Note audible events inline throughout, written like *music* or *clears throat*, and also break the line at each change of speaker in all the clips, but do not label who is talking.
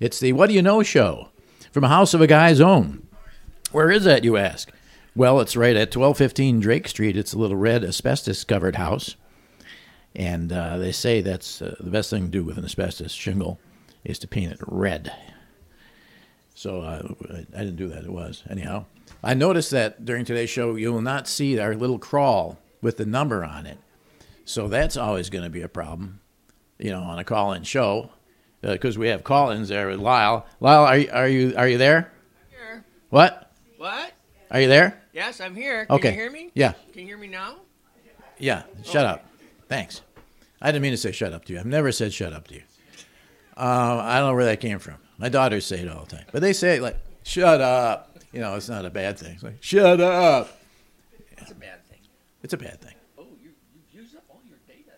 It's the What Do You Know show from a house of a guy's own. Where is that, you ask? Well, it's right at 1215 Drake Street. It's a little red asbestos covered house. And uh, they say that's uh, the best thing to do with an asbestos shingle is to paint it red. So uh, I didn't do that. It was. Anyhow, I noticed that during today's show, you will not see our little crawl with the number on it. So that's always going to be a problem, you know, on a call in show because Uh, we have call ins there with Lyle. Lyle, are you, are you, are you there?
Here.
What?
What?
Are you there?
Yes, I'm here. Can
Okay.
you hear me?
Yeah.
Can you hear me now?
Yeah, shut up. Thanks. I didn't mean to say shut up to you. I've never said shut up to you. Uh, I don't know where that came from. My daughters say it all the time, but they say it like shut up. You know, it's not a bad thing. It's like shut up.
That's a bad thing.
It's a bad thing.
Oh, you you used up all your data.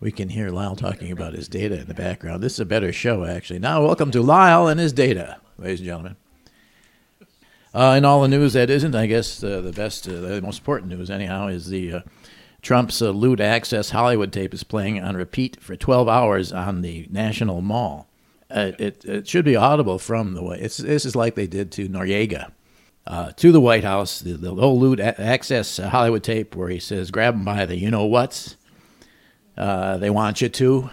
We can hear Lyle talking about his data in the background. This is a better show, actually. Now, welcome to Lyle and his data, ladies and gentlemen. Uh, in all the news that isn't, I guess uh, the best, uh, the most important news, anyhow, is the uh, Trump's uh, lewd access Hollywood tape is playing on repeat for 12 hours on the National Mall. Uh, it, it should be audible from the way. It's, this is like they did to Noriega uh, to the White House. The, the whole lewd a- access Hollywood tape where he says, "Grab 'em by the you know what's." Uh, they want you to.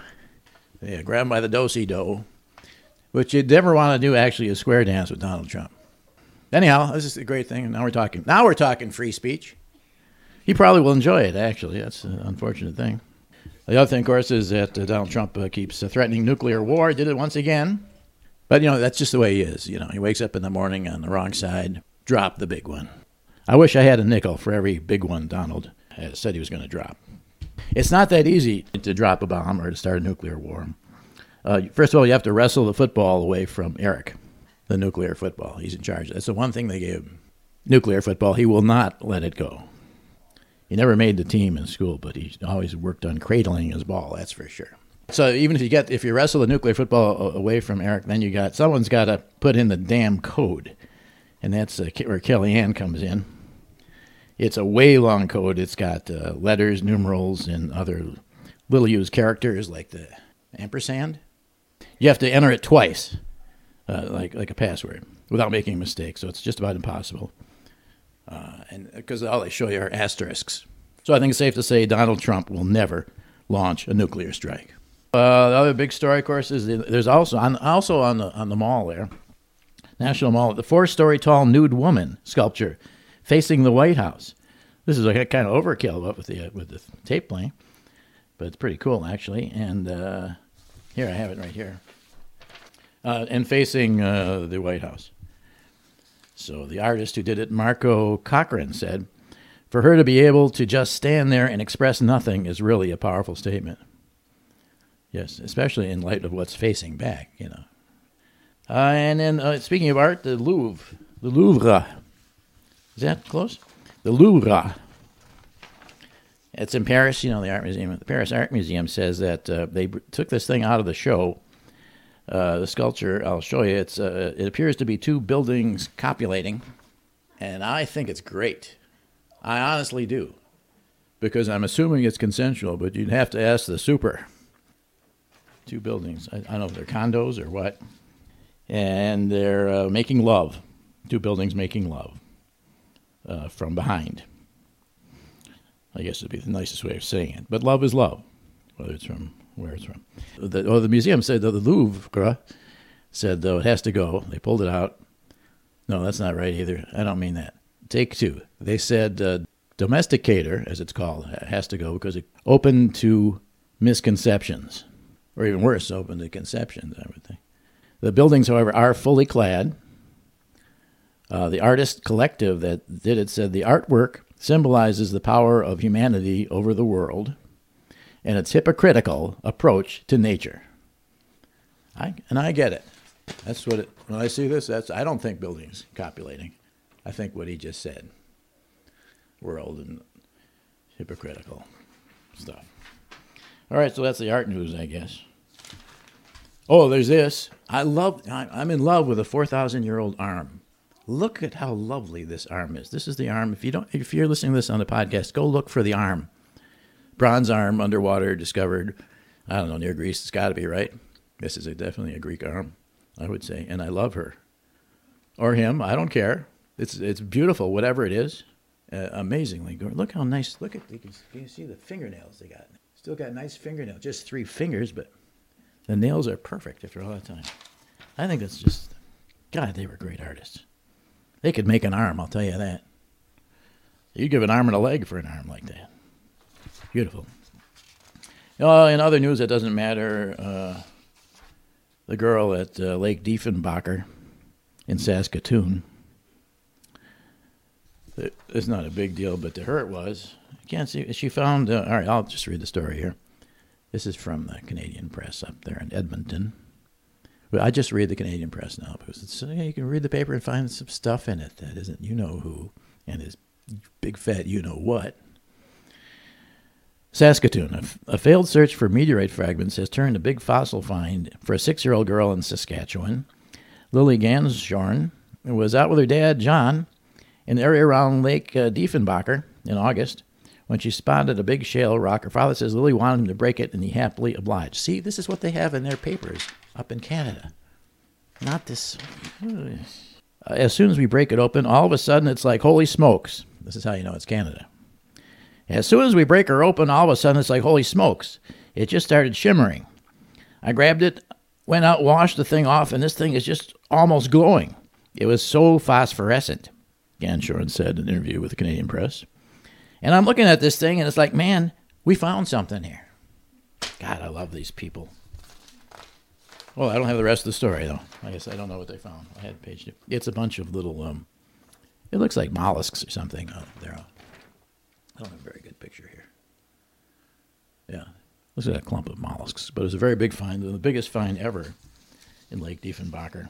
Yeah, grab 'em by the dosey do. What you'd never want to do actually is square dance with Donald Trump. Anyhow, this is a great thing. Now we're talking. Now we're talking free speech. He probably will enjoy it. Actually, that's an unfortunate thing. The other thing, of course, is that uh, Donald Trump uh, keeps uh, threatening nuclear war. Did it once again. But you know, that's just the way he is. You know, he wakes up in the morning on the wrong side. Drop the big one. I wish I had a nickel for every big one Donald uh, said he was going to drop. It's not that easy to drop a bomb or to start a nuclear war. Uh, first of all, you have to wrestle the football away from Eric, the nuclear football. He's in charge. That's the one thing they gave him. Nuclear football. He will not let it go. He never made the team in school, but he always worked on cradling his ball. That's for sure. So even if you get if you wrestle the nuclear football a- away from Eric, then you got someone's got to put in the damn code, and that's uh, Ke- where Kellyanne comes in. It's a way long code. It's got uh, letters, numerals, and other little used characters like the ampersand. You have to enter it twice, uh, like like a password, without making a mistake. So it's just about impossible Uh, and because all they show you are asterisks. So I think it's safe to say Donald Trump will never launch a nuclear strike. Uh, the other big story, of course, is the, there's also on also on the on the mall there, National Mall, the four-story tall nude woman sculpture facing the White House. This is like kind of overkill but with the uh, with the tape playing, but it's pretty cool actually. And uh, here I have it right here, uh, and facing uh, the White House. So the artist who did it, Marco Cochran, said, For her to be able to just stand there and express nothing is really a powerful statement. Yes, especially in light of what's facing back, you know. Uh, and then, uh, speaking of art, the Louvre. The Louvre. Is that close? The Louvre. It's in Paris, you know, the art museum. The Paris Art Museum says that uh, they br- took this thing out of the show uh, the sculpture I'll show you. It's uh, it appears to be two buildings copulating, and I think it's great. I honestly do, because I'm assuming it's consensual. But you'd have to ask the super. Two buildings. I, I don't know if they're condos or what, and they're uh, making love. Two buildings making love uh, from behind. I guess would be the nicest way of saying it. But love is love, whether it's from where it's from. The, oh, the museum said the Louvre said though it has to go. They pulled it out. No, that's not right either. I don't mean that. Take two. They said uh, domesticator, as it's called, ha- has to go because it open to misconceptions, or even worse, open to conceptions. I would think. The buildings, however, are fully clad. Uh, the artist collective that did it said the artwork symbolizes the power of humanity over the world and its hypocritical approach to nature. I, and I get it. That's what it, when I see this, that's, I don't think buildings copulating. I think what he just said world and hypocritical stuff. All right, so that's the art news, I guess. Oh, there's this. I love, I- I'm in love with a 4,000 year old arm. Look at how lovely this arm is. This is the arm. If you don't, if you're listening to this on the podcast, go look for the arm. Bronze arm underwater discovered, I don't know, near Greece. It's got to be right. This is a, definitely a Greek arm. I would say, and I love her or him. I don't care. It's it's beautiful, whatever it is. Uh, amazingly, good. look how nice. Look at you can, can you see the fingernails they got. Still got nice fingernails, just three fingers, but the nails are perfect after all that time. I think that's just God. They were great artists. They could make an arm. I'll tell you that. You give an arm and a leg for an arm like that. Beautiful. Uh, in other news, that doesn't matter. Uh, the girl at uh, Lake Diefenbacher in Saskatoon. It- It's not a big deal, but to her it was. I can't see. She found. Uh, all right, I'll just read the story here. This is from the Canadian Press up there in Edmonton. Well, I just read the Canadian Press now because it's, uh, you can read the paper and find some stuff in it that isn't you know who and is big fat you know what. Saskatoon. A, f- a failed search for meteorite fragments has turned a big fossil find for a six year old girl in Saskatchewan. Lily Ganshorn was out with her dad, John, in the area around Lake uh, Diefenbacher in August when she spotted a big shale rock. Her father says Lily wanted him to break it, and he happily obliged. See, this is what they have in their papers up in Canada. Not this. uh, As soon as we break it open, all of a sudden it's like, holy smokes. This is how you know it's Canada. As soon as we break her open, all of a sudden it's like, holy smokes. It just started shimmering. I grabbed it, went out, washed the thing off, and this thing is just almost glowing. It was so phosphorescent, Ganshoren said in an interview with the Canadian Press. And I'm looking at this thing, and it's like, man, we found something here. God, I love these people. Well, I don't have the rest of the story, though. I guess I don't know what they found. I had page two. It's a bunch of little, um, it looks like mollusks or something. Oh, there. I don't have a very good picture here. Yeah. Looks like a clump of mollusks, but it's a very big find, the biggest find ever in Lake Diefenbacher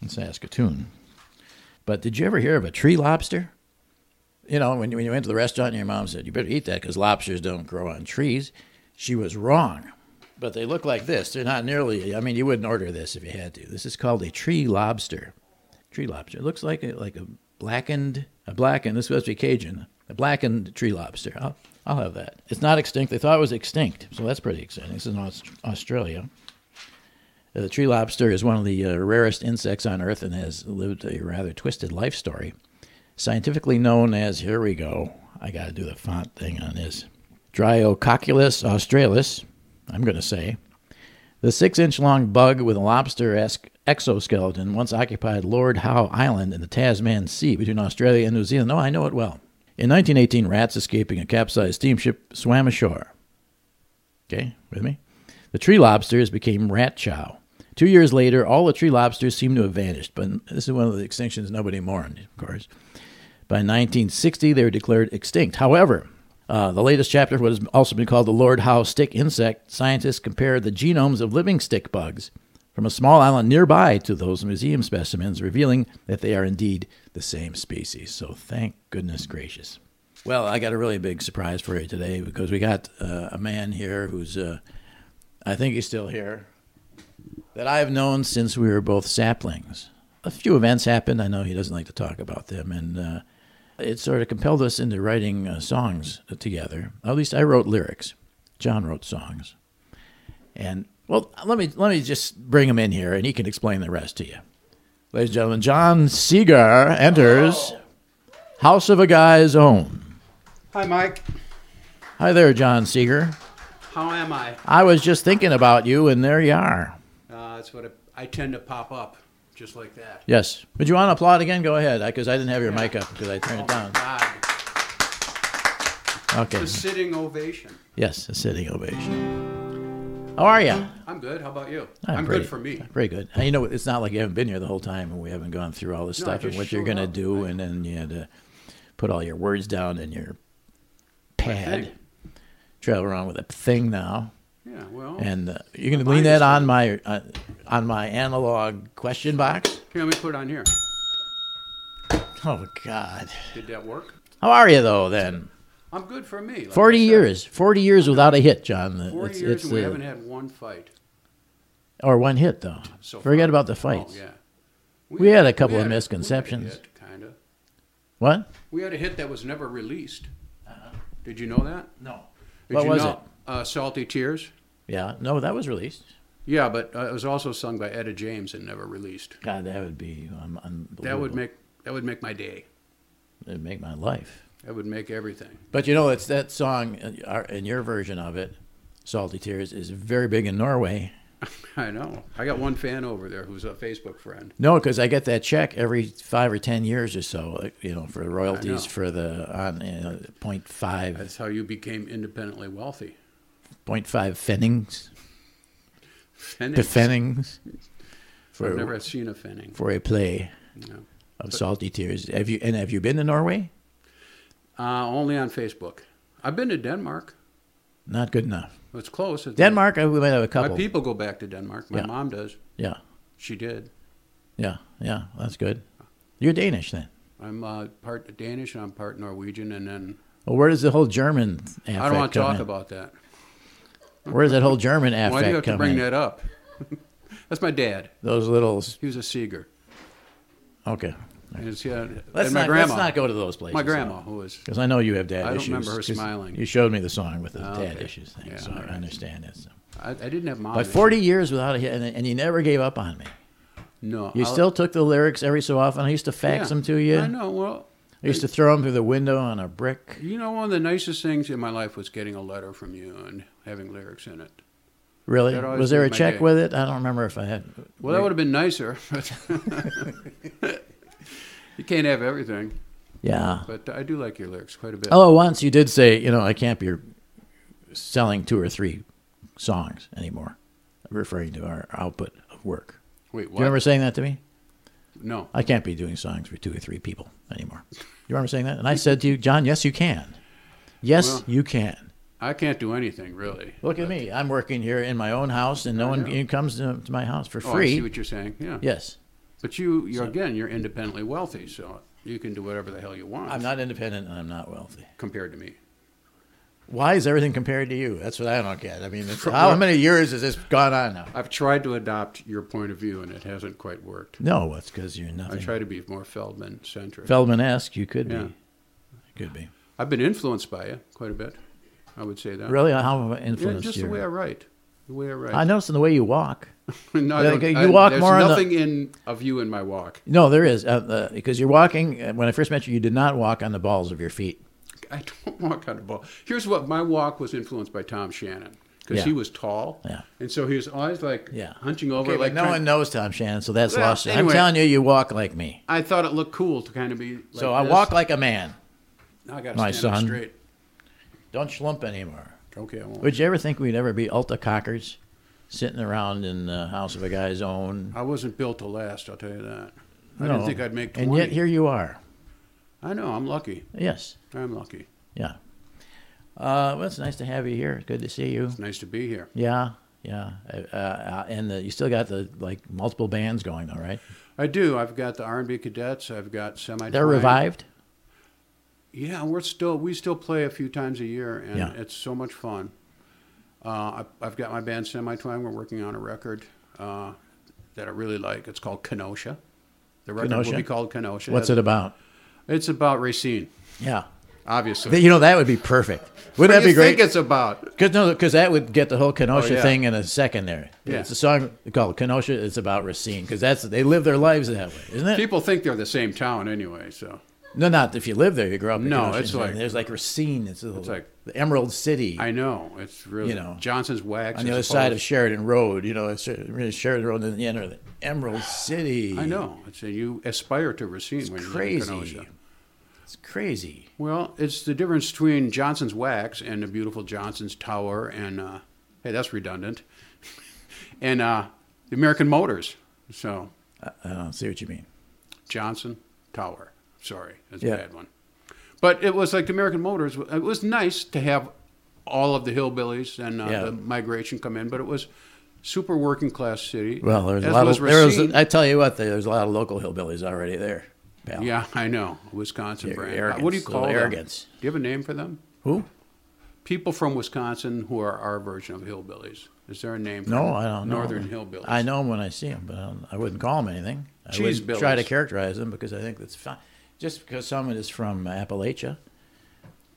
in Saskatoon. But did you ever hear of a tree lobster? You know, when you, when you went to the restaurant and your mom said, you better eat that because lobsters don't grow on trees, she was wrong. But they look like this. They're not nearly, I mean, you wouldn't order this if you had to. This is called a tree lobster. Tree lobster. It looks like a, like a blackened, a blackened, this must be Cajun, a blackened tree lobster. I'll, I'll have that. It's not extinct. They thought it was extinct, so that's pretty exciting. This is in Aus- Australia. Uh, The tree lobster is one of the uh, rarest insects on Earth and has lived a rather twisted life story. Scientifically known as, here we go, I got to do the font thing on this Dryococcylus australis, I'm going to say. The six inch long bug with a lobster esque exoskeleton once occupied Lord Howe Island in the Tasman Sea between Australia and New Zealand. No, I know it well. In 1918, rats escaping a capsized steamship swam ashore. Okay, with me? The tree lobsters became rat chow. Two years later, all the tree lobsters seem to have vanished, but this is one of the extinctions nobody mourned, of course. By 1960, they were declared extinct. However, uh, the latest chapter of what has also been called the Lord Howe stick insect, scientists compared the genomes of living stick bugs from a small island nearby to those museum specimens, revealing that they are indeed the same species. So thank goodness gracious. Well, I got a really big surprise for you today because we got uh, a man here who's, uh, I think he's still here, that I have known since we were both saplings. A few events happened. I know he doesn't like to talk about them, and uh, it sort of compelled us into writing uh, songs together. At least I wrote lyrics. John wrote songs, and well, let me let me just bring him in here, and he can explain the rest to you, ladies and gentlemen. John Seeger enters House of a Guy's Own.
Hi, Mike.
Hi there, John Seeger.
How am I?
I was just thinking about you, and there you are.
Uh, that's what I, I tend to pop up, just like that.
Yes. Would you want to applaud again? Go ahead, because I didn't have your mic up because I turned it down.
Oh, God,
Okay.
a sitting ovation.
Yes, a sitting ovation. How are you?
I'm good. How about you?
I'm
good
pretty-
for me.
Pretty good. And you know, it's not like you haven't been here the whole time and we haven't gone through all this
No, I
stuff and
just
what you're
showed
going to
up,
do. And then you had to put all your words down in your pad,
thing.
travel around with a thing now.
Yeah. Well,
And uh, you're going to
Mine
lean
Oh, is
that on my, uh, on my analog question box.
here, let me put it on here.
Oh, God.
Did that work?
How are you, though, then?
I'm good for me. like
Forty
I said.
years, forty years without a hit, John. The-
Forty
it's-
years,
it's
and we
the-
haven't had one fight.
or one hit though.
So
Forget
far.
about the
Oh,
fights.
yeah.
We had a couple of
we had
misconceptions.
Kind of.
What?
We had a hit that was never released. Did you know that?
No.
Did
What
you
was
know, it? Uh, Salty Tears.
Yeah, no, that was released.
Yeah, but uh, it was also sung by Etta James and never released.
God, that would be um, unbelievable.
That would make that would make my day.
It'd make my life.
That would make everything.
But you know, it's that song uh, our- and your version of it, "Salty Tears," is very big in Norway.
I know. I got one fan over there who's a Facebook friend.
No, because I get that check every five or ten years or so, like, you know, for royalties
know.
for the on uh, 0.5,
That's how you became independently wealthy.
0.5 fennings,
Fennings.
the fennings for
I've never seen a Fenning.
for a play
No.
of Salty Tears. Have you and have you been to Norway?
Uh, only on Facebook. I've been to Denmark.
Not good enough.
It's close. It's-
Denmark, I- we might have a
My
couple.
people go back to Denmark. My
Yeah.
mom does.
Yeah,
She did.
yeah, yeah. That's good. You're Danish then.
I'm uh, part Danish and I'm part Norwegian, and then
Well, where does the whole German affect
I don't want to
come
talk
in?
about that.
Where does that whole German affect
Why do you have
come
to bring
in?
that up? *laughs* That's my dad.
Those little
He was a Seeger.
okay.
And, it's, yeah,
Let's
and
not
my grandma.
let's not go to those places.
my grandma, who was
Because I know you have dad
I don't
issues.
remember her
'cause
smiling.
You showed me the song with the
Oh,
dad
okay.
issues thing,
Yeah,
so
all
I
right.
understand it. So.
I, I didn't have mom.
But 40 years without a hit, and, and you never gave up on me.
No,
You
I'll-
still took the lyrics every so often. I used to fax
yeah.
them to you.
I know. Well,
I used to throw them through the window on a brick.
you know, one of the nicest things in my life was getting a letter from you and having lyrics in it.
Really?
That always
Was there a
made my
check
day.
with it? I don't remember if I had.
Well, that would have been nicer. but- *laughs* you can't have everything,
Yeah.
but I do like your lyrics quite a bit.
Although once you did say, you know, I can't be selling two or three songs anymore, referring to our output of work.
Wait,
Do
what?
you remember saying that to me?
No,
I can't be doing songs for two or three people anymore. You remember saying that? And I said to you, John, yes, you can. Yes,
Well-
you can.
I can't do anything really.
Look at me. I'm working here in my own house, and no one
know.
comes to, to my house for
Oh, I
free.
see what you're saying. Yeah.
yes.
But you, you're again, you're independently wealthy, so you can do whatever the hell you want.
I'm not independent and I'm not wealthy.
compared to me.
Why is everything compared to you? That's what I don't get. I mean, it's,
From
how
what-
many years has this gone on now?
I've tried to adopt your point of view, and it hasn't quite worked.
No, it's because you're nothing.
I try to be more Feldman centric.
Feldman esque, you could
Yeah.
be. You could be.
I've been influenced by you quite a bit. I would say that.
Really? How have I
Yeah,
influenced
just
you?
the way I write. The way I write.
I noticed in the way you walk.
*laughs* no, I
Yeah,
don't-
okay, you
I-
walk
there's
more on the-
nothing in of you in my walk. *laughs*
No, there is. Uh, uh, because you're walking, uh, when I first met you, you did not walk on the balls of your feet.
I don't walk on a ball. Here's what my walk was influenced by Tom Shannon because
Yeah.
he was tall,
Yeah.
and so he was always like
Yeah.
hunching over.
Okay,
like
but no
trying-
one knows Tom Shannon, so that's
Well,
lost. I'm
anyway.
telling you, you walk like me.
I thought it looked cool to kind of be. Like
so I
this.
walk like a man.
Now I got
my
to stand up
son.
straight.
Don't schlump anymore.
Okay, I won't.
Would you ever think we'd ever be Ulta cockers sitting around in the house of a guy's own?
I wasn't built to last. I'll tell you that. I
No.
didn't think I'd make 20.
And yet here you are.
I know. I'm lucky.
Yes.
I'm lucky.
Yeah. Uh, well, it's nice to have you here. Good to see you.
It's nice to be here.
Yeah. Yeah. Uh, uh, and the, you still got the like multiple bands going though, right?
I do. I've got the R&B Cadets. I've got semi.
They're revived.
Yeah, we're still we still play a few times a year, and
Yeah.
it's so much fun. Uh, I, I've got my band Semi Twang. We're working on a record uh, that I really like. It's called Kenosha. The record
Kenosha?
will be called Kenosha.
What's it about?
It's about Racine,
Yeah.
obviously.
You know that would be perfect.
What
Wouldn't
do
that be
you
great?
think it's about?
Because no, because that would get the whole Kenosha
Oh, yeah.
thing in a second there.
Yeah.
It's a song called Kenosha. It's about Racine because that's they live their lives that way, isn't it?
People think they're the same town anyway, so
no, not if you live there. You grow up. In
No,
Kenosha,
it's
and
like-
there's like Racine. It's, the
like-
the Emerald City
I know it's really
You know,
Johnson's Wax
on the
is
other
a
side of
post-
Sheridan Road. You know, it's really Sheridan Road and then you enter the Emerald City.
I know. It's a, you aspire to Racine when
It's
you live in
crazy.
Kenosha.
It's crazy.
Well, it's the difference between Johnson's Wax and the beautiful Johnson's Tower, and uh, hey, that's redundant, *laughs* and uh, the American Motors. So
I don't see what you mean.
Johnson Tower. Sorry, that's
Yeah.
a bad one. But it was like the American Motors. It was nice to have all of the hillbillies and uh,
Yeah.
the migration come in, but it was super working class city.
Well, there's
as
a lot
was
of there was,
Racine.
I tell you what, there's a lot of local hillbillies already there. pal.
yeah, I know Wisconsin
Yeah,
brand.
arrogance,
what do you
little
call them?
arrogance.
Do you have a name for them?
Who?
people from Wisconsin who are our version of hillbillies. Is there a name? For
No,
them?
I don't know.
Northern hillbillies.
I know them when I see them, but I, don't, I wouldn't call them anything. I
Cheese
wouldn't try to
billies.
characterize them because I think that's fine. Just because someone is from Appalachia,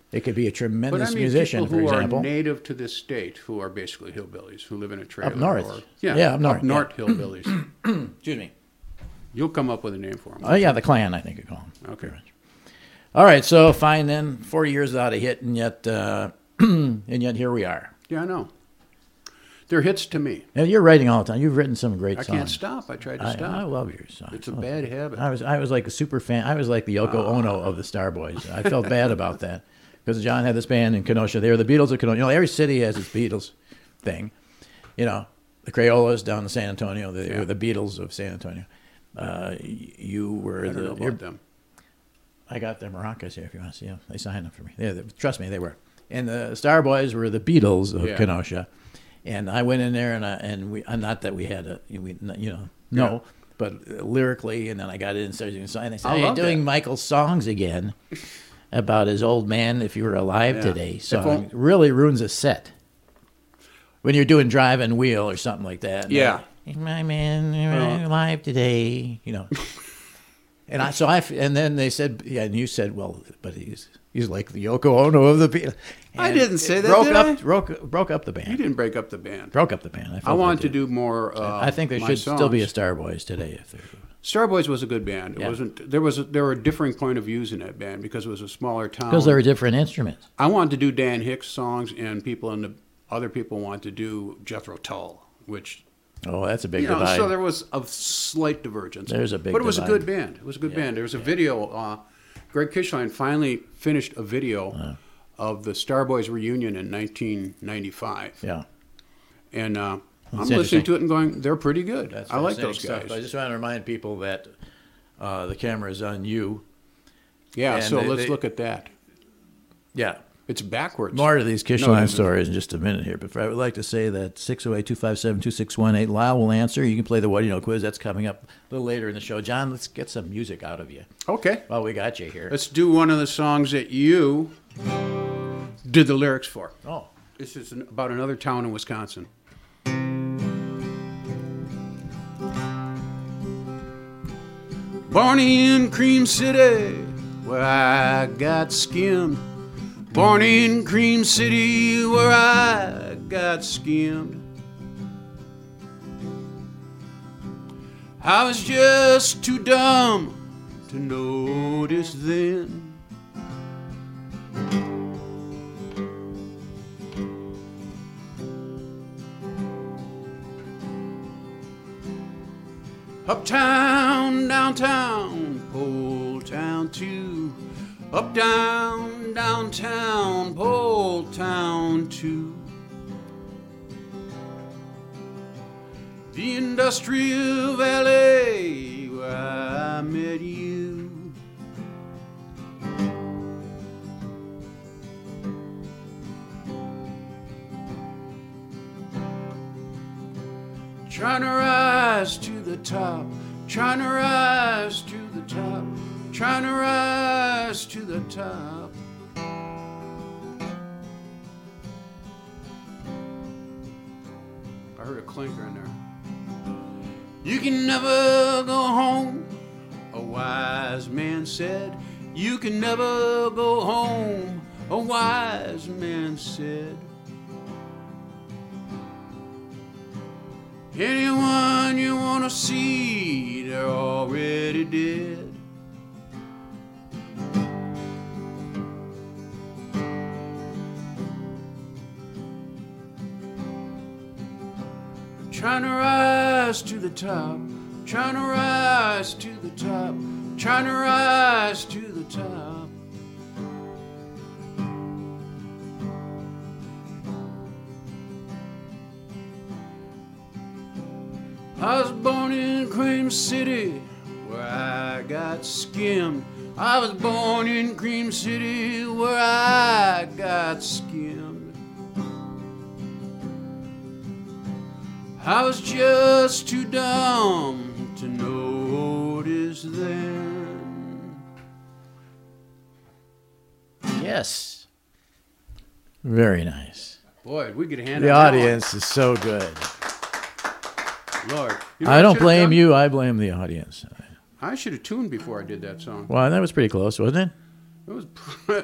They could be a
But
tremendous
I mean,
musician,
people
for
who
example.
are native to this state who are basically hillbillies who live in a trailer.
Up north.
Or,
Yeah, up north,
Up
*clears throat*
north hillbillies.
Excuse me.
You'll come up with a name for them.
Oh yeah, the Klan, I think you call them.
Okay.
All right, so fine then. Forty years without a hit, and yet, uh, *clears throat* and yet here we are.
Yeah, I know. They're hits to me.
And you're writing all the time. You've written some great
I
songs.
can't stop. I tried to
I,
stop.
I love your songs.
It's a
I love
bad
it.
habit.
I was I was like a super fan. I was like the Yoko
Ah.
Ono of the Starboys. I felt bad about that because John had this band in Kenosha. They were the Beatles of Kenosha. You know, every city has its Beatles thing. You know, the Crayolas down in San Antonio. They were the Beatles of San Antonio. Uh, y- you were
I don't
the.
know
you're-
about them.
I got their maracas here if you want to see them. They signed them for me. They, they- trust me, they were. And the Starboys were the Beatles of
Yeah.
Kenosha. And I went in there and I, and we and not that we had a we you know no
Yeah.
but uh, lyrically and then I got in and started doing songs and they said
I
"Hey, you're
love
doing
that."
Michael's songs again about his old man if you were alive
Yeah.
today
If
so
on-
it really ruins a set when you're doing drive and wheel or something like that And they're
Yeah.
like, "Is my man uh, alive today you know and I so I and then they said, yeah, and you said, well, but he's he's like the Yoko Ono of the Beatles.
I
And
didn't say
it
that,
Broke
did
up,
I?
broke broke up the
You
band.
didn't break up the band.
Broke up the band. I,
I
felt
want
they
to
did.
do more. Uh,
I think there
my
should still be a
songs. Um,
Starboys today. If there-
Starboys was a good band. It
Yeah.
wasn't. There was. A, there were differing point of views in that band because it was a smaller town.
because there are different instruments.
I wanted to do Dan Hicks songs, and people and the other people wanted to do Jethro Tull, which
Oh, that's a big
you know.
divide.
So there was a slight divergence.
There's a big
But it was
divide.
a good band. It was a good band. There was a video. Uh, Greg Kishline finally finished a video
Uh.
of the Starboys reunion in 1995,
yeah,
and uh, I'm
That's
listening
interesting.
to it and going, they're pretty good. I like those
fascinating
guys.
stuff. I just want to remind people that uh, the camera is on you.
yeah.
and
So
they-
let's
they-
look at that.
Yeah,
It's backwards.
More to these Kishline
No, no, no.
stories in just a minute here, but I would like to say that 608 257 2618, Lyle will answer. You can play the What Do You Know quiz. That's coming up a little later in the show. John, let's get some music out of you.
Okay.
Well, we got you here.
Let's do one of the songs that you did the lyrics for.
Oh,
This is an- about another town in Wisconsin. Born in Cream City, where I got skimmed. Born in Cream City, where I got skimmed. I was just too dumb to notice then. Uptown, downtown, pole town too. Uptown, downtown, pole town too. The industrial valley where I met you. Trying to rise to the top, trying to rise to the top, trying to rise to the top. I heard a clinker in there. You can never go home, a wise man said. You can never go home, a wise man said. Anyone you wanna see, they're already dead. Trying to rise to the top, trying to rise to the top, trying to rise to the top. I was born in Cream City, where I got skimmed. I was born in Cream City, where I got skimmed. I was just too dumb to notice then.
yes. Very nice.
Boy, we could handle
The audience is so good.
Lord, you know what
I don't
should've
blame
done?
you, I blame the audience.
I should have tuned before I did that song.
Well, that was pretty close, wasn't it?
It was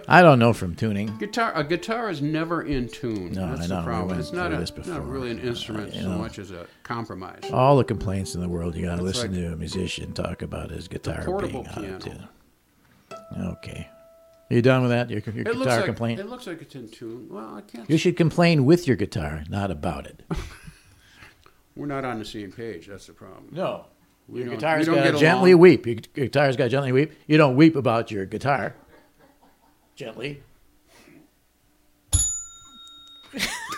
*laughs*
I don't know from tuning.
Guitar, a guitar is never in tune.
No,
That's
I know.
the
We
problem.
went
it's not,
through
a,
this
not
before.
really an instrument
Uh, you
so
know. Oh,
much as a compromise.
All the complaints in the world, you got to
It's
listen
like
to a musician talk about his guitar
portable
being out of
piano.
tune. Okay. Are you done with that? Your, your
it
guitar
looks like
complaint?
it looks like it's in tune. Well, I can't.
You should complain with your guitar, not about
*laughs*
it.
We're not on the same page. That's the problem.
No.
We
Your
don't-
guitar's
we don't
got to
get
gently
along.
weep. Your gu- guitar's got to gently weep. You don't weep about your guitar. Gently.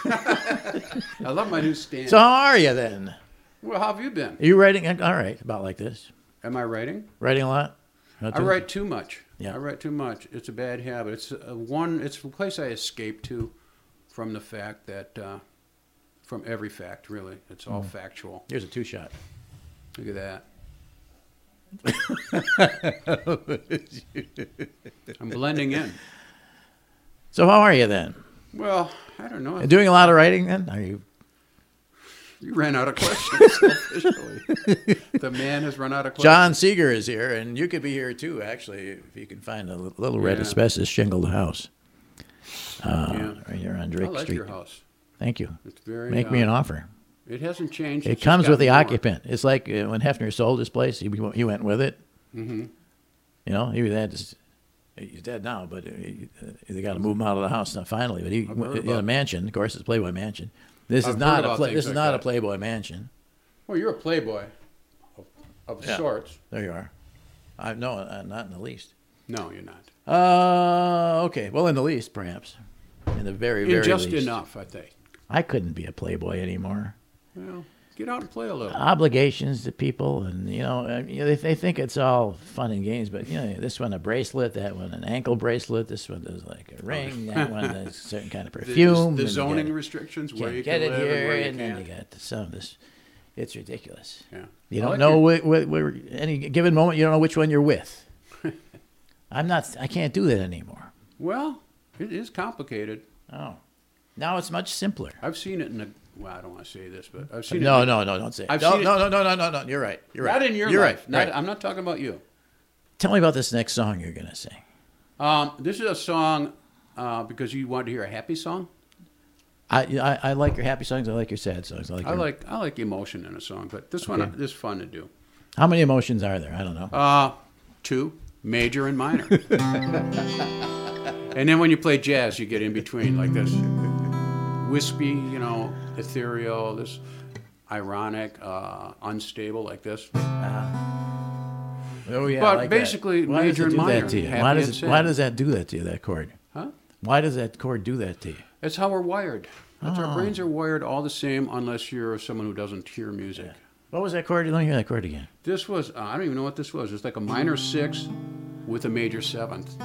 I love my new stand.
So how are you then?
well, how have you been?
Are you writing? All right, about like this.
Am I writing?
Writing a lot? Not
I
too-
write too much.
Yeah.
I write too much. It's a bad habit. It's uh one. It's a place I escape to from the fact that uh, from every fact really. It's all
Mm.
factual.
Here's a two shot.
Look at that.
*laughs*
I'm blending in.
So how are you then?
Well, I don't know.
Doing a lot of writing then? Are you?
You ran out of
*laughs*
questions officially. the man has run out of questions.
John Seeger is here, and you could be here too, actually, if you can find a li- little red
Yeah.
asbestos shingled house
yeah.
right here on
I
Drake
like
Street.
your house.
Thank you.
It's very.
Make me
uh,
an offer.
It hasn't changed.
It
it's just
comes with the
gotten more.
occupant. It's like uh, when Hefner sold his place, he, w- he went with it.
Mm-hmm.
You know, he was had to, he's dead now, but he, uh, they got to move him out of the house now. Finally, but he,
I've
w-
heard
he had a
about-
mansion. Of course, it's a Playboy mansion. This
I've
is
heard
not a
about
pla-
things
this is
like
not a
that.
Playboy mansion.
Well, you're a playboy, of, of
Yeah.
sorts.
There you are. I no, uh, not in the least.
No, you're not.
Uh, okay. Well, in the least, perhaps. In the very, very
In just
least.
enough, I think.
I couldn't be a playboy anymore.
Well, get out and play a
Uh,
little.
Obligations to people, and you know, I mean, they, they think it's all fun and games, but you know, this one a bracelet, that one an ankle bracelet, this one is like a
*laughs*
ring, that one is a certain kind of
The-
perfume.
the,
and you
zoning
gotta-
restrictions,
can't
where you
get it
can live and
here,
where you
and then
can't.
you got the, some of this. It's ridiculous.
Yeah.
You
I
don't
like
know
your-
wh- wh- where any given moment. You don't know which one you're
*laughs*
with. I'm not. I can't do that anymore.
Well, it is complicated.
Oh, now it's much simpler.
I've seen it in the. Well, I don't want to say this, but I've seen it.
No,
in,
no, no, don't say. It.
I've
No,
seen it-
no, no, no, no, no, no. You're right. You're right.
Not in your
You're
life.
Right.
Not,
right.
I'm not talking about you.
Tell me about this next song you're gonna sing.
Um, this is a song uh, because you want to hear a happy song.
I, I I like your happy songs. I like your sad songs. I like.
I
your-
like I like emotion in a song, but this one
Mm. Okay.
this is fun to do.
How many emotions are there? I don't know.
Uh, two, major and
*laughs*
minor. and then when you play jazz, you get in between like this wispy, you know, ethereal, this ironic, uh, unstable, like this.
oh yeah. I
but
like that.
basically,
why does it
major and
do
minor,
that to you?
happy
Why
and
does it,
sad.
Why does that do that to you? That chord.
Huh?
Why does that chord do that to you?
That's how we're wired. That's Our brains
Ah.
are wired all the same, unless you're someone who doesn't hear music.
What was that chord? Let me hear that chord again.
This was, uh, I don't even know what this was. It's like a minor sixth with a major seventh.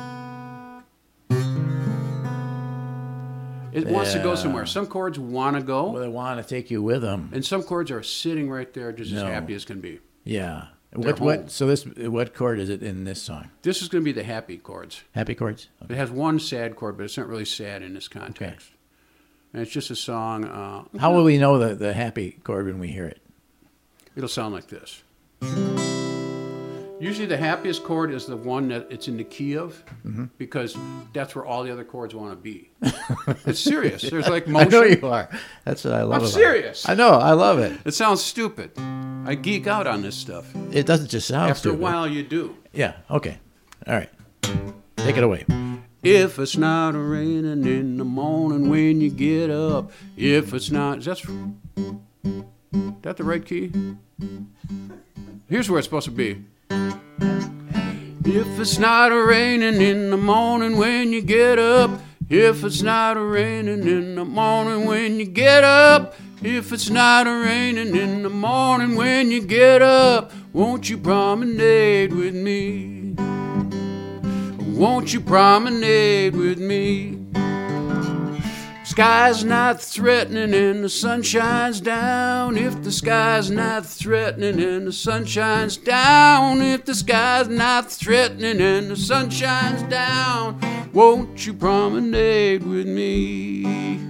It wants to go
Yeah.
somewhere. Some chords want to
Well,
go,
they want to take you with them.
and some chords are sitting right there just as
No.
happy as can be.
Yeah. What
home.
what? So this what chord is it in this song?
This is going to be the happy chords.
Happy chords.
It has one sad chord, but it's not really sad in this context. And it's just a song. Uh,
How will we know the, the happy chord when we hear it?
It'll sound like this. Usually, the happiest chord is the one that it's in the key of,
Mm-hmm.
because that's where all the other chords want
*laughs*
to be. it's serious. There's like
I
motion.
know you are. That's what I love.
I'm
about it.
serious.
I know. I love it.
It sounds stupid. I geek out on this stuff.
It doesn't just sound
After
stupid.
a while, you do.
Yeah. Okay. All right. Take it away.
If it's not raining in the morning when you get up, if it's not, is that, is that the right key? Here's where it's supposed to be. If it's not raining in the morning when you get up, if it's not raining in the morning when you get up, if it's not raining in the morning when you get up, won't you promenade with me? Won't you promenade with me? Sky's not threatening and the sun shines down. If the sky's not threatening and the sun shines down. If the sky's not threatening and the sun shines down. Won't you promenade with me?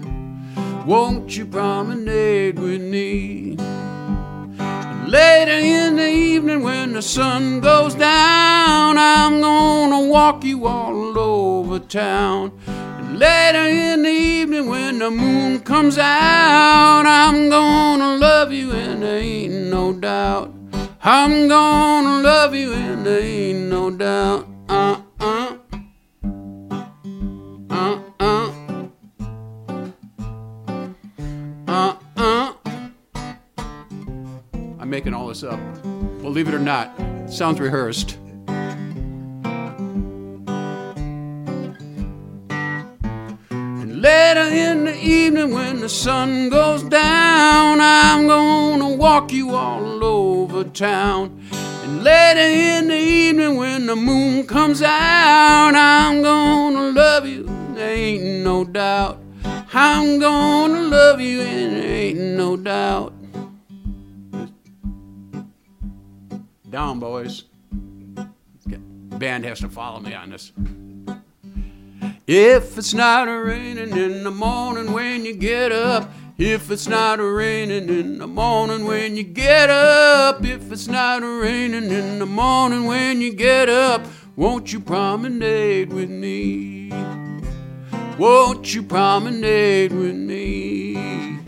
Won't you promenade with me? Later in the evening, evening when the sun goes down, I'm gonna walk you all over town. And later in the evening when the moon comes out, I'm gonna love you and there ain't no doubt. I'm gonna love you and there ain't no doubt. Uh uh. Uh uh. Uh uh. I'm making all this up. Believe it or not, sounds rehearsed. And later in the evening, when the sun goes down, I'm gonna walk you all over town. And later in the evening, when the moon comes out, I'm gonna love you, there ain't no doubt. I'm gonna love you, and there ain't no doubt. Down, boys. Band has to follow me on this. If it's not raining in the morning when you get up, if it's not raining in the morning when you get up, if it's not raining in the morning when you get up, won't you promenade with me? Won't you promenade with me?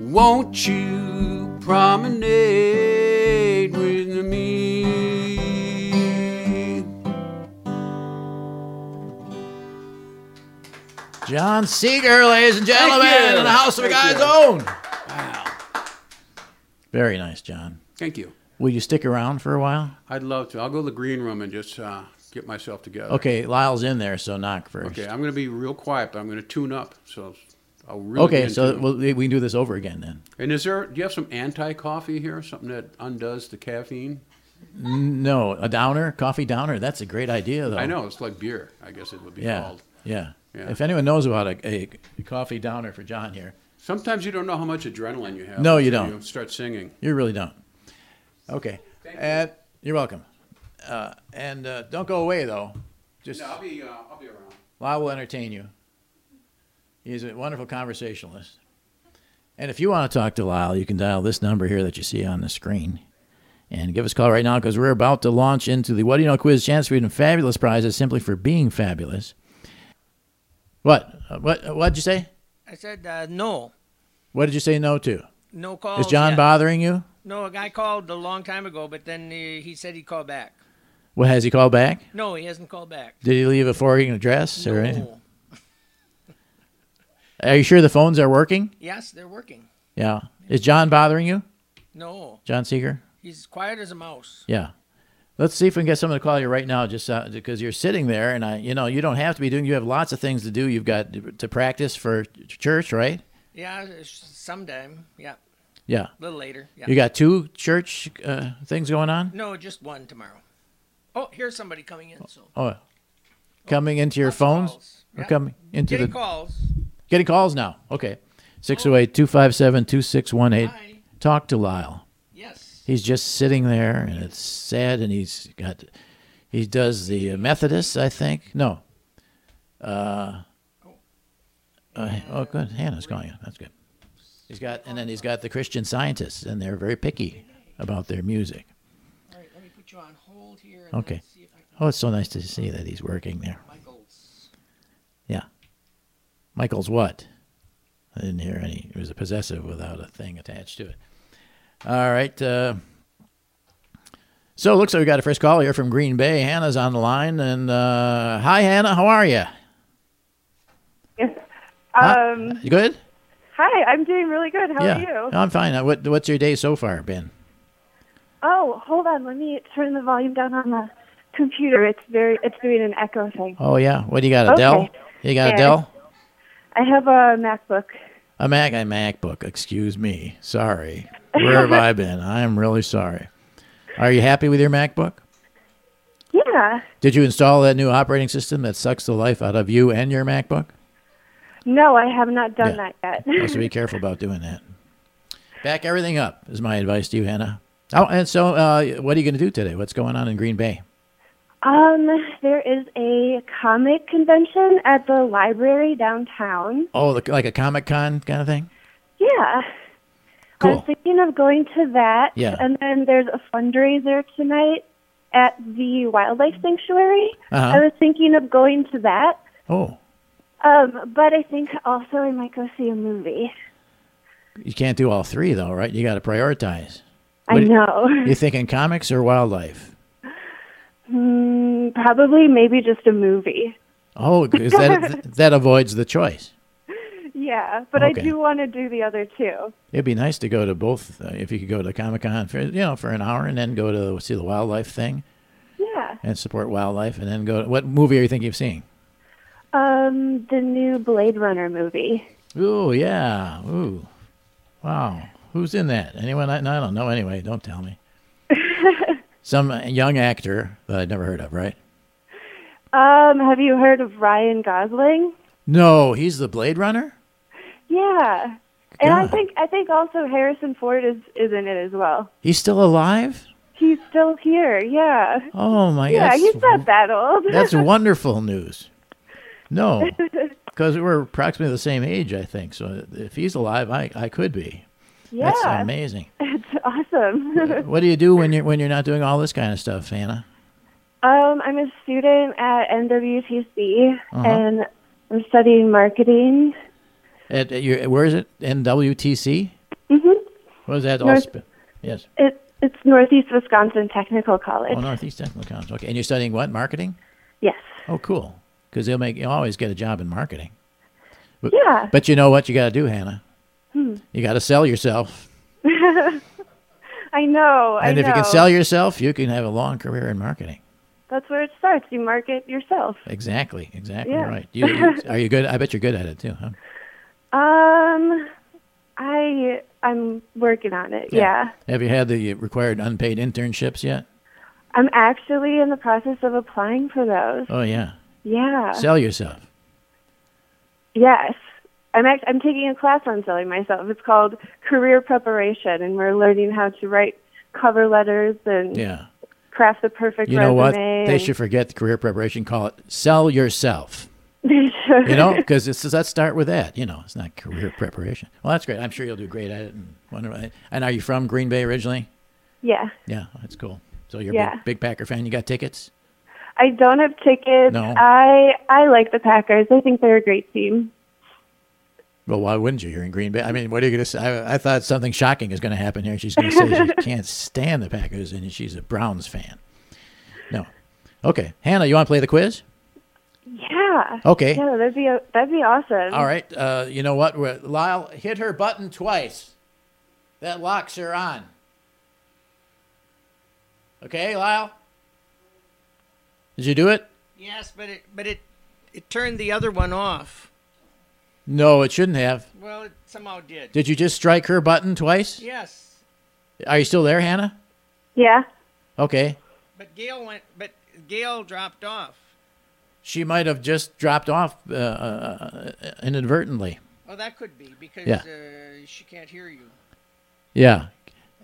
Won't you promenade with me?
John Seeger, ladies and gentlemen,
Thank you.
in the house of a
Thank
guy's own. Wow. Very nice, John.
Thank you.
Will you stick around for a while?
I'd love to. I'll go to the green room and just uh, get myself together.
Okay, Lyle's in there, so knock first.
Okay, I'm going to be real quiet, but I'm going to tune up. So I'll really. be
Okay,
in
so
tune.
we'll, we can do this over again then.
and is there? Do you have some anti-coffee here? Something that undoes the caffeine?
No, a downer, coffee downer. That's a great idea, though.
I know it's like beer. I guess it would be
Yeah,
called.
yeah.
Yeah.
If anyone knows about a, a coffee downer for John here,
Sometimes you don't know how much adrenaline you have.
No, you
until
don't.
You start singing.
you really don't. Okay, and you're welcome. Uh, and uh, don't go away though. Just
No, I'll be. Uh, I'll be around.
Lyle will entertain you. He's a wonderful conversationalist. And if you want to talk to Lyle, you can dial this number here that you see on the screen. And give us a call right now because we're about to launch into the What Do You Know Quiz Chance Freedom Fabulous Prizes simply for being fabulous. What? Uh, What? uh, What'd you say?
I said uh, no.
What did you say no to?
No calls.
Oh,
Is John
yet.
bothering you?
No, a guy called a long time ago, but then he, he said he called back.
Well, has he called back?
No, he hasn't called back.
Did he leave a forwarding address or anything?
No.
Are you sure the phones are working?
Yes, they're working.
Yeah. Is John bothering you?
No,
John Seeger?
he's quiet as a mouse.
Yeah. Let's see if we can get someone to call you right now, just uh, because you're sitting there, and I, you know, you don't have to be doing. You have lots of things to do. You've got to- to practice for ch- church, right?
Yeah, s- sometime. Yeah,
Yeah.
a little later. Yeah.
You got two church uh, things going on.
no, just one tomorrow. Oh, here's somebody coming in. So
Oh, coming into your
Lots of
phones.
calls.
Or
Yeah.
coming into
getting
the
calls.
getting calls now. Okay, 608-257-2618.
Hi.
Talk to Lyle.
Yes.
he's just sitting there and it's sad and he's got he does the methodist i think no uh, uh oh good hannah's calling in. that's good he's got and then he's got the christian scientists and they're very picky about their music
All right, let me put you on hold here.
then Okay. see oh it's so nice to see that he's working there
Michael's.
yeah michael's what i didn't hear any it was a possessive without a thing attached to it all right uh So it looks like we got a first call here from Green Bay. Hannah's on the line, and uh, hi, Hannah. How are you?
Um,
You good?
hi, I'm doing really good. How
yeah,
are you?
I'm fine. Uh, What, what's your day so far been?
Oh, hold on. Let me turn the volume down on the computer. It's very it's doing an echo thing.
Oh yeah. What do you got? A
Okay.
Dell? You got a
Yeah.
Dell?
I have a MacBook.
A Mac? A MacBook? Excuse me. Sorry. Where have I been? I'm really sorry. Are you happy with your MacBook?
Yeah.
Did you install that new operating system that sucks the life out of you and your MacBook?
No, I have not done
Yeah.
that
Yeah,
yet.
so be careful about doing that. Back everything up is my advice to you, Hannah. Oh, and so uh, what are you going to do today? What's going on in Green Bay?
*laughs* um, there is a comic convention at the library downtown.
Oh, like like a Comic Con kind of thing?
Yeah. I
Cool.
was thinking of going to that.
Yeah.
And then there's a fundraiser tonight at the wildlife sanctuary.
Uh-huh.
I was thinking of going to that.
Oh,
Um, but I think also I might go see a movie.
you can't do all three though, right? You got to prioritize.
I
What-
know. *laughs*
You thinking comics or wildlife?
Mm, probably maybe just a movie.
Oh, is that that avoids the choice?
Yeah, but
Okay.
I do want to do the other two.
It'd be nice to go to both. Uh, if you could go to Comic Con for you know for an hour and then go to see the wildlife thing
Yeah.
and support wildlife, and then go. To, what movie are you thinking of seeing?
Um, the new Blade Runner movie.
Ooh, yeah. Ooh, wow. Who's in that? Anyone? I, no, I don't know. Anyway, don't tell
*laughs*
me. Some uh, young actor that I'd never heard of, right?
Um, have you heard of Ryan Gosling?
No, he's the Blade Runner.
Yeah. And I
God.
think I think also Harrison Ford is is in it as well.
He's still alive.
He's still here. Yeah.
Oh my
Yeah,
that's-
he's not that old.
*laughs*
*laughs*
That's wonderful news. No, because we're approximately the same age, I think. So if he's alive, I, I could be.
yeah.
That's amazing.
*laughs* It's awesome. *laughs*
what do you do when you're when you're not doing all this kind of stuff, Hannah?
um, I'm a student at NWTC
Uh-huh.
and I'm studying marketing.
At, at your where is it? NWTC.
Mhm.
What is that? All
North-
sp- yes.
It it's Northeast Wisconsin Technical College.
Oh, Northeast Technical College. Okay, and you're studying what? Marketing.
Yes.
Oh, cool. Because they'll make you always get a job in marketing. But,
Yeah. Hmm.
But you know what you got to do, Hannah. You got to sell yourself.
I know. I
And if you can
know.
sell yourself, you can have a long career in marketing.
That's where it starts. You market yourself.
Exactly, exactly
Yeah.
right. You,
*laughs*
you- are you good? I bet you're good at it too, huh?
Um I I'm working on it. yeah.
Have you had the required unpaid internships yet?
I'm actually in the process of applying for those.
Oh yeah.
Yeah.
Sell yourself.
yes. I'm act- I'm taking a class on selling myself. It's called Career Preparation, and we're learning how to write cover letters and
Yeah.
craft the perfect
You
resume.
know what? They
and-
should forget the career preparation. Call it sell yourself.
*laughs* They should.
You know, because it's let's start with that. You know, it's not career preparation. Well, that's great. I'm sure you'll do great at it. And wonder. And are you from Green Bay originally?
*laughs* yeah.
Yeah, that's cool. So you're a
Yeah.
big, big Packer fan. You got tickets?
I don't have tickets.
No.
I I like the Packers. I think they're a great team.
Well, why wouldn't you? You're in Green Bay. I mean, what are you going to say? I, I thought something shocking is going to happen here. She's going to say she
*laughs*
can't stand the Packers and she's a Browns fan. No. Okay. Hannah, you want to play the quiz?
Yeah.
Okay.
Yeah, that'd be a, that'd be awesome.
All right. Uh, you know what? We're, Lyle, hit her button twice. That locks her on. Okay, Lyle? Did you do it?
Yes, but it but it it turned the other one off.
No, it shouldn't have.
Well, it somehow did.
Did you just strike her button twice?
yes,
Are you still there, Hannah?
Yeah.
Okay.
but Gail went. But Gail dropped off.
She might have just dropped off uh, uh, uh, inadvertently.
Oh, that could be because
Yeah.
uh, she can't hear you.
Yeah.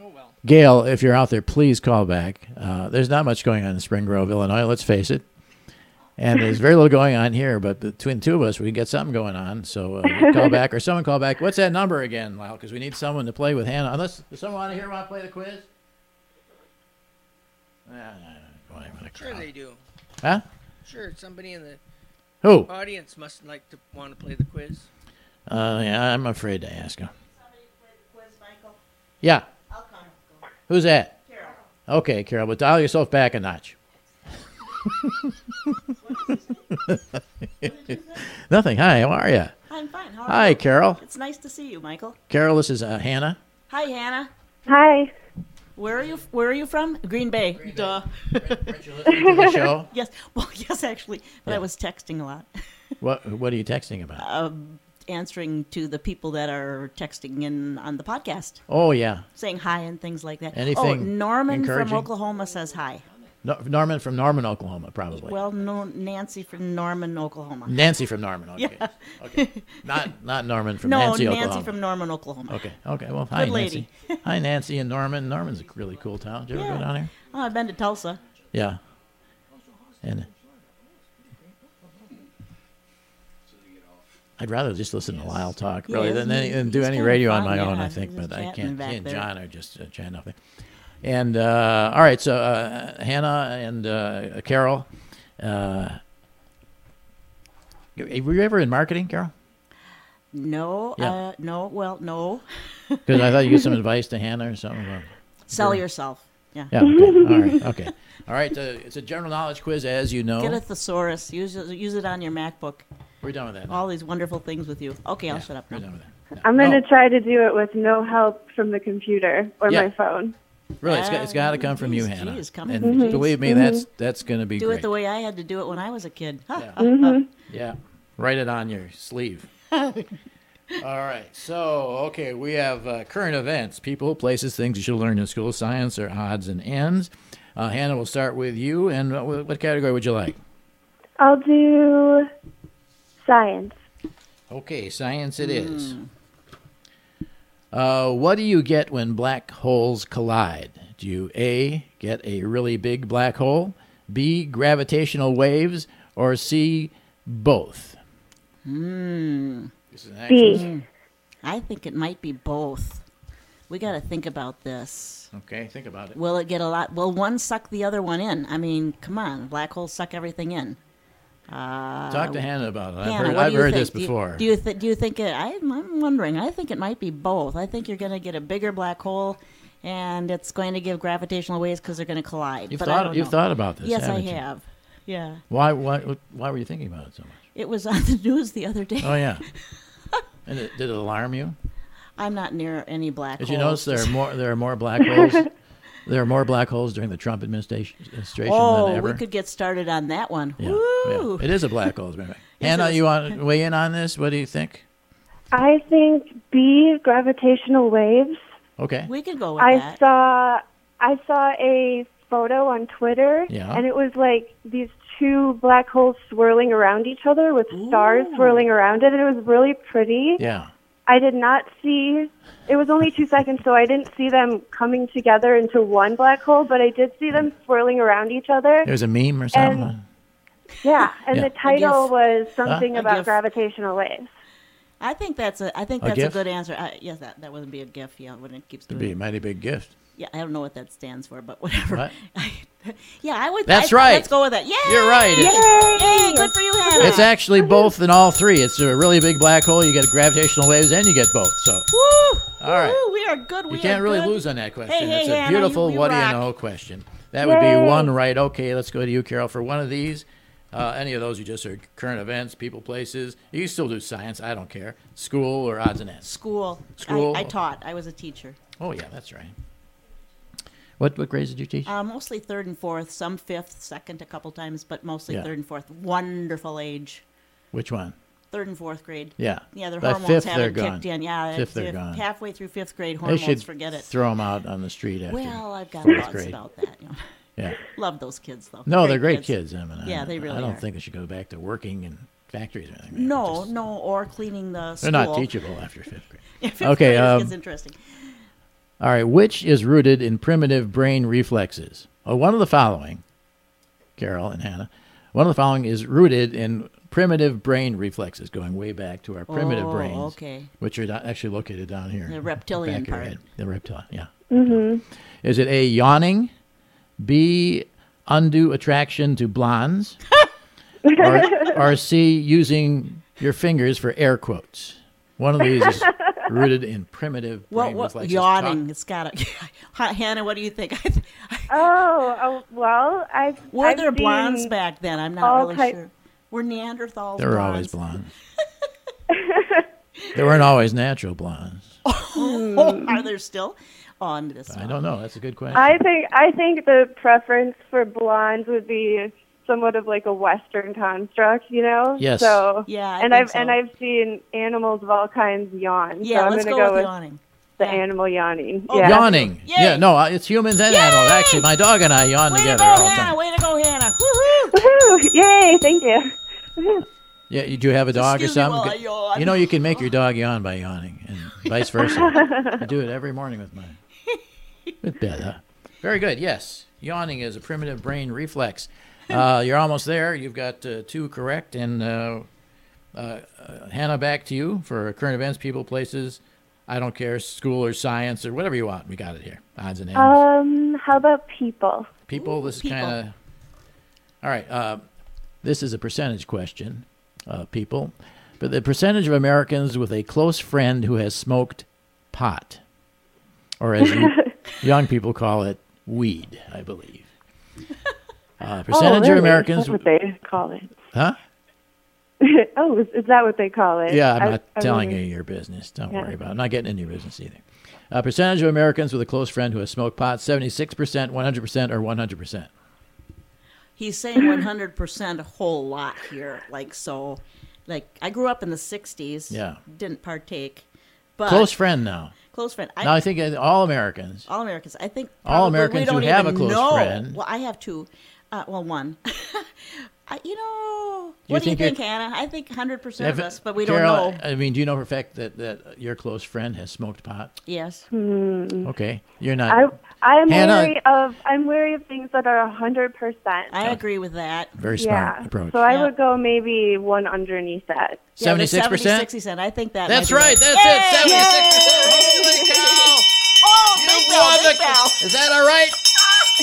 Oh well.
Gail, if you're out there, please call back. Uh, there's not much going on in Spring Grove, Illinois, let's face it. And there's very little going on here, but between the two of us, we can get something going on. So uh, call back or someone call back. What's that number again, Lyle? Because we need someone to play with Hannah. Unless does someone want to hear want to play the quiz? Ah, Nah, nah, nah, whatever the
Sure
crowd.
they do.
Huh?
Sure, somebody in the
Who?
audience must like to want to play the quiz.
Uh, yeah, I'm afraid to ask him.
Somebody played the quiz, Michael.
Yeah,
I'll come. Go.
who's that?
Carol.
Okay, Carol, but dial yourself back a notch. *laughs* Nothing. Hi, how are you?
I'm fine. How are
Hi,
you?
Carol.
It's nice to see you, Michael.
Carol, this is uh, Hannah.
Hi, Hannah.
Hi.
Where are you? Where are you from? Green Bay. Duh.
Aren't you listening to the
*laughs*
show?
yes. Well, yes, actually, but I was texting a lot, *laughs*
What What are you texting about?
answering to the people that are texting in on the podcast,
Oh yeah,
saying hi and things like that. oh,
Anything
Norman from
encouraging?
Oklahoma says hi.
no, Norman from Norman, Oklahoma, probably.
Well, no, Nancy from Norman, Oklahoma.
Nancy from Norman. Okay. okay. Not Not Norman from
*laughs* no,
Nancy,
Nancy
Oklahoma.
from Norman, Oklahoma.
Okay. Okay. Well, hi
Good lady. *laughs*
Nancy. hi Nancy and Norman. Norman's a really cool town. Did you ever
Yeah.
go down there?
Oh, I've been to Tulsa.
Yeah. And I'd rather just listen to Lyle talk
Yeah,
really than,
isn't
any,
he-
than do
he's
any
kinda
radio on
fun,
my
yeah,
own. I think,
just
but I
chatting
can't.
back
He and
there.
John are just uh, chatting up there. And uh, all right, so uh, Hannah and uh, Carol, uh, were you ever in marketing, Carol?
No,
Yeah.
uh, no, well, no.
Because I thought you gave some *laughs* advice to Hannah or something. about-
Sell yourself. Yeah.
Yeah. Okay. All right. Okay. All right. Uh, it's a general knowledge quiz, as you know.
Get a thesaurus. Use it, use it on your MacBook.
We're done with that. now.
All these wonderful things with you. Okay, I'll
Yeah,
shut up
We're
now.
done with that.
I'm going to
No.
try to do it with no help from the computer or
Yeah.
my phone.
Really, it's got, it's got to come from you,
Geez,
Hannah.
geez, come
and
from you.
believe me, that's that's going to be
Do
great.
it the way I had to do it when I was a kid. *laughs* Hmm.
Yeah. Yeah, write it on your sleeve. All right. So, okay, we have uh, current events, people, places, things you should learn in school. Science or odds and ends. Uh, Hannah, we'll start with you. And uh, what category would you like?
I'll do science.
Okay, science it is. Uh, what do you get when black holes collide? Do you A, get a really big black hole, B, gravitational waves, or C, both? This is an
B.
action-
I think it might be both. We got to think about this.
Okay, think about it.
Will it get a lot? Will one suck the other one in? I mean, come on, black holes suck everything in. Uh,
Talk to Hannah about it. I've
Um, Hannah,
heard,
what
I've
do you
heard
think?
this
Do you-
before.
Do you, thi- do you think it? I, I'm wondering. I think it might be both. I think you're going to get a bigger black hole, and it's going to give gravitational waves because they're going to collide.
have
but I
thought
don't
you've
know.
thought about this.
Yes, I
haven't you?
have. Yeah,
Why why why were you thinking about it so much?
it was on *laughs* the news the other day.
Oh
*laughs*
yeah. and it, did it alarm you?
I'm not near any black
Did
holes.
you notice there are more there are more black
*laughs*
holes? There are more black holes during the Trump administration administration than
Oh,
ever.
we could get started on that one.
yeah,
Woo!
yeah. It is a black hole. as a matter of fact.
*laughs* Yes,
Hannah,
it is.
you want to weigh in on this? What do you think?
I think B, gravitational waves.
Okay.
We could go with
I
that.
saw I saw a photo on Twitter
Yeah.
and it was like these two black holes swirling around each other with stars swirling around it and it was really pretty.
yeah.
I did not see it was only 2 seconds so I didn't see them coming together into one black hole but I did see them swirling around each other.
There's a meme or something.
Um,
And- Yeah, and
Yeah.
the title
gif.
was something
A
about
gif.
gravitational waves.
I think that's a. I think
A
that's a,
gif?
good answer. I, yes, that that would be a gift. Yeah, when it keeps
It'd
doing.
be a mighty big gift.
Yeah, I don't know what that stands for, but whatever. *laughs*
What?
yeah, I would.
That's
I-
right.
Let's go with that. Yeah,
You're right. It's-
Yay! Good for you, Hannah.
It's actually both in all three. It's a really big black hole. You get gravitational waves and you get both. So
Woo!
All right.
Woo, we are good. We
You can't
are
really
good.
lose on that question.
Hey, hey,
That's a
Hannah, you-
beautiful
you
what
rock.
do you know question. That would be one right. Okay, let's go to you, Carol, for one of these. Uh, any of those you just heard, current events, people, places. You can still do science. I don't care. School or odds and ends.
School.
School.
I, I taught. I was a teacher.
Oh yeah, that's right. What what grades did you teach?
Uh, mostly third and fourth, some fifth, second a couple times, but mostly
Yeah.
third and fourth. Wonderful age.
Which one?
Third and fourth grade.
Yeah.
Yeah, their
By
hormones
fifth, they're
haven't
gone.
kicked in. Yeah,
Fifth, they're
if-
gone.
halfway through fifth grade
They
hormones.
should
forget it.
Throw them out on the street after.
Well, I've got
fourth
thoughts
grade.
about that. You know. *laughs*
yeah.
Love those kids though.
No, they're great kids. I mean, I-
Yeah, they
I
really
don't
are.
think they should go back to working in factories or anything.
No,
Just-
no, or cleaning the
they're
school.
not
*laughs*
teachable after fifth grade.
Fifth
Okay,
graders
um,
gets interesting.
All right, which is rooted in primitive brain reflexes? Well, one of the following, Carol and Hannah, one of the following is rooted in primitive brain reflexes, going way back to our primitive
Oh,
brains,
okay.
which are not actually located down here.
The
back
reptilian
of your
part.
head. The reptilian, yeah. Mm-hmm. Is it A, yawning, B, undue attraction to blondes, or, or C, using your fingers for air quotes? One of these is rooted in primitive
What,
brain
what
reflexes. Talk-
yawning? It's got *laughs* to. Hannah, what do you think? *laughs* I th-
Oh, oh well, I've
Were
I've
there
seen,
blondes back then? I'm not
all
really
type-
sure. Were Neanderthals?
They were always
blondes?
blondes.
*laughs*
they weren't always natural blondes. *laughs*
Oh, are there still? Oh, I'm this.
I don't know. That's a good question.
I think I think the preference for blondes would be somewhat of like a Western construct, you know.
Yes.
So
Yeah, I
and
think
I've
so.
and I've seen animals of all kinds yawn.
Yeah,
so I'm
let's
gonna
go,
go,
with,
with
yawning.
the
yeah.
animal yawning.
Oh,
yeah.
Yawning.
Yay.
Yeah, no, I- it's humans and animals.
Yay.
Actually, my dog and I yawn
Way to
together
go,
all the
Hannah!
time.
Way to go, Hannah! Woohoo!
Woohoo! *laughs* Yay! Thank you.
Yeah, you do have a dog
Excuse
or
me
something?
while I yawn.
You know, you can make your dog yawn by yawning, and vice versa. I do it every morning with mine. With bed, huh? Very good. Yes, yawning is a primitive brain reflex. Uh, you're almost there. You've got uh, two correct, and uh, Uh, Hannah, back to you for current events, people, places. I don't care, school or science or whatever you want. We got it here. Odds and ends.
Um, how about people?
people, this is kind of. All right. Uh, this is a percentage question, uh, people. But the percentage of Americans with a close friend who has smoked pot, or as you,
*laughs*
young people call it, weed, I believe. Uh,
oh,
percentage
really?
of Americans.
That's what they call it. *laughs*
Huh?
oh, is, is that what they call it?
Yeah, I'm
I-
not
I
telling
wondered.
you your business. Don't
Yeah.
worry about it. I'm not getting into your business either. Uh, percentage of Americans with a close friend who has smoked pot 76%, 100%, or 100%.
He's saying 100% a whole lot here. Like, so, like, I grew up in the 60s.
Yeah.
Didn't partake. But
Close friend now.
Close friend. I,
Now I think uh, all Americans.
all Americans. I think
All
probably we
Americans who
don't
have
even
a close
know.
friend.
Well, I have two. Uh, well, one. *laughs* I, you know,
You
what do you
think you're-
think, Hannah? I think 100% of
If-
us, but we
Carol, uh,
don't know.
I mean, do you know for a fact that, that your close friend has smoked pot?
Yes.
Hmm. Okay. You're not.
Mm. I I'm
Hannah-
wary of I'm wary of things that are hundred percent.
I agree with that.
very smart
Yeah.
approach.
So I
Yeah.
would go maybe one underneath that.
Yeah, the
76%?
76 cent. I think that.
That's
might be
right. That's it. 76%.
*laughs*
Holy cow.
Oh,
You
big bell,
won
big
the-
bell.
Is that all right?
It's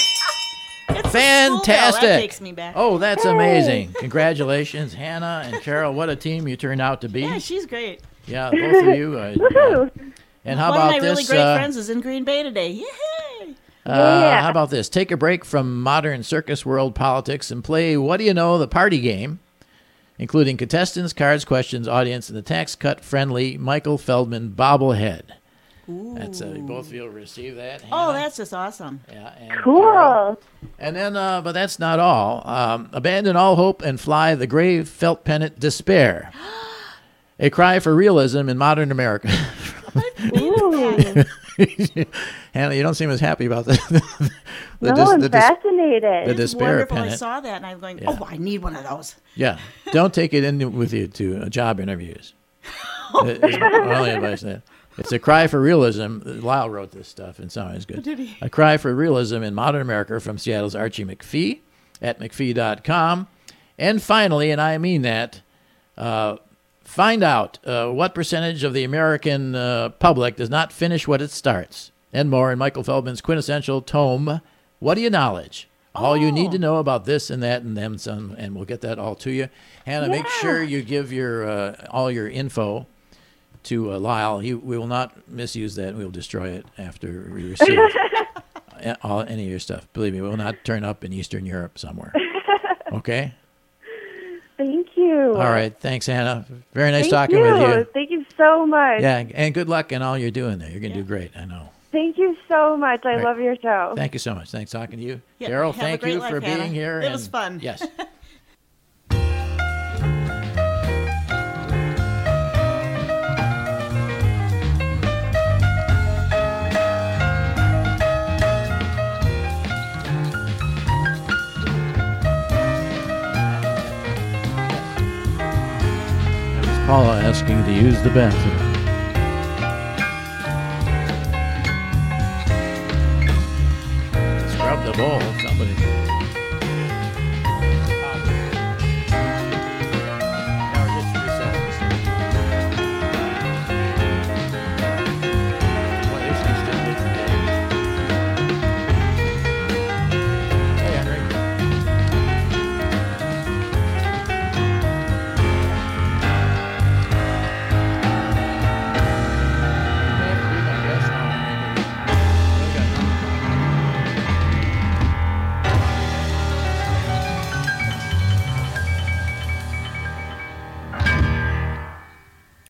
a school bell.
Fantastic.
That takes me back.
Oh, that's amazing. Congratulations, Hannah and Carol. What a team you turned out to be.
Yeah, she's great.
Yeah, both of you. Uh,
*laughs* Woohoo!
and how
One
about
of my
this?
really great
uh,
friends is in Green Bay today. Yay!
uh,
Yeah.
How about this? Take a break from modern circus world politics and play What Do You Know, the party game, including contestants, cards, questions, audience, and the tax cut friendly Michael Feldman bobblehead. That's uh, both of you will receive that.
Oh,
Hannah.
that's just awesome.
yeah, and Carol.
Cool.
And then, uh, but that's not all. Um, abandon all hope and fly the gray felt pennant
*gasps*
despair. A cry for realism in modern America. *laughs*
Ooh.
Hannah, you don't seem as happy about that. the, *laughs*
no,
dis-
I'm
the dis- the
fascinated.
despair
Wonderful. I
pennant.
saw that and I'm going, oh, I need one of those.
Yeah, don't take it in with you to uh, job *laughs* interviews. It- it's my only advice on that. uh, It's a cry for realism. Lyle wrote this stuff, and sounds good. Did he? A cry for realism in modern America from Seattle's Archie McPhee at McPhee.com. And finally, and I mean that, uh, find out uh, what percentage of the American uh, public does not finish what it starts, and more in Michael Feldman's quintessential tome, What Do You Knowledge? All you need
Oh.
to know about this and that and them some, and we'll get that all to you. Hannah, make sure you give your uh, all your info to uh, Lyle. He, we will not misuse that. We will destroy it after we receive
*laughs*
it. Uh, all any of your stuff. Believe me, we will not turn up in Eastern Europe
*laughs*
somewhere. Okay.
Thank you.
All right. Thanks, Hannah. Very nice
Thank
talking
you.
with you.
Thank you so much.
Yeah, and good luck in all you're doing there. You're gonna do great. I know.
Thank you so much. I
right.
love your show.
Thank you so much. Thanks talking to you,
Yeah,
Carol.
have a
Thank
great
you
life,
for
Hannah.
being here.
It was
and-
fun. *laughs*
Yes. That was Paula asking to use the bathroom. Scrub the bowl. Sounds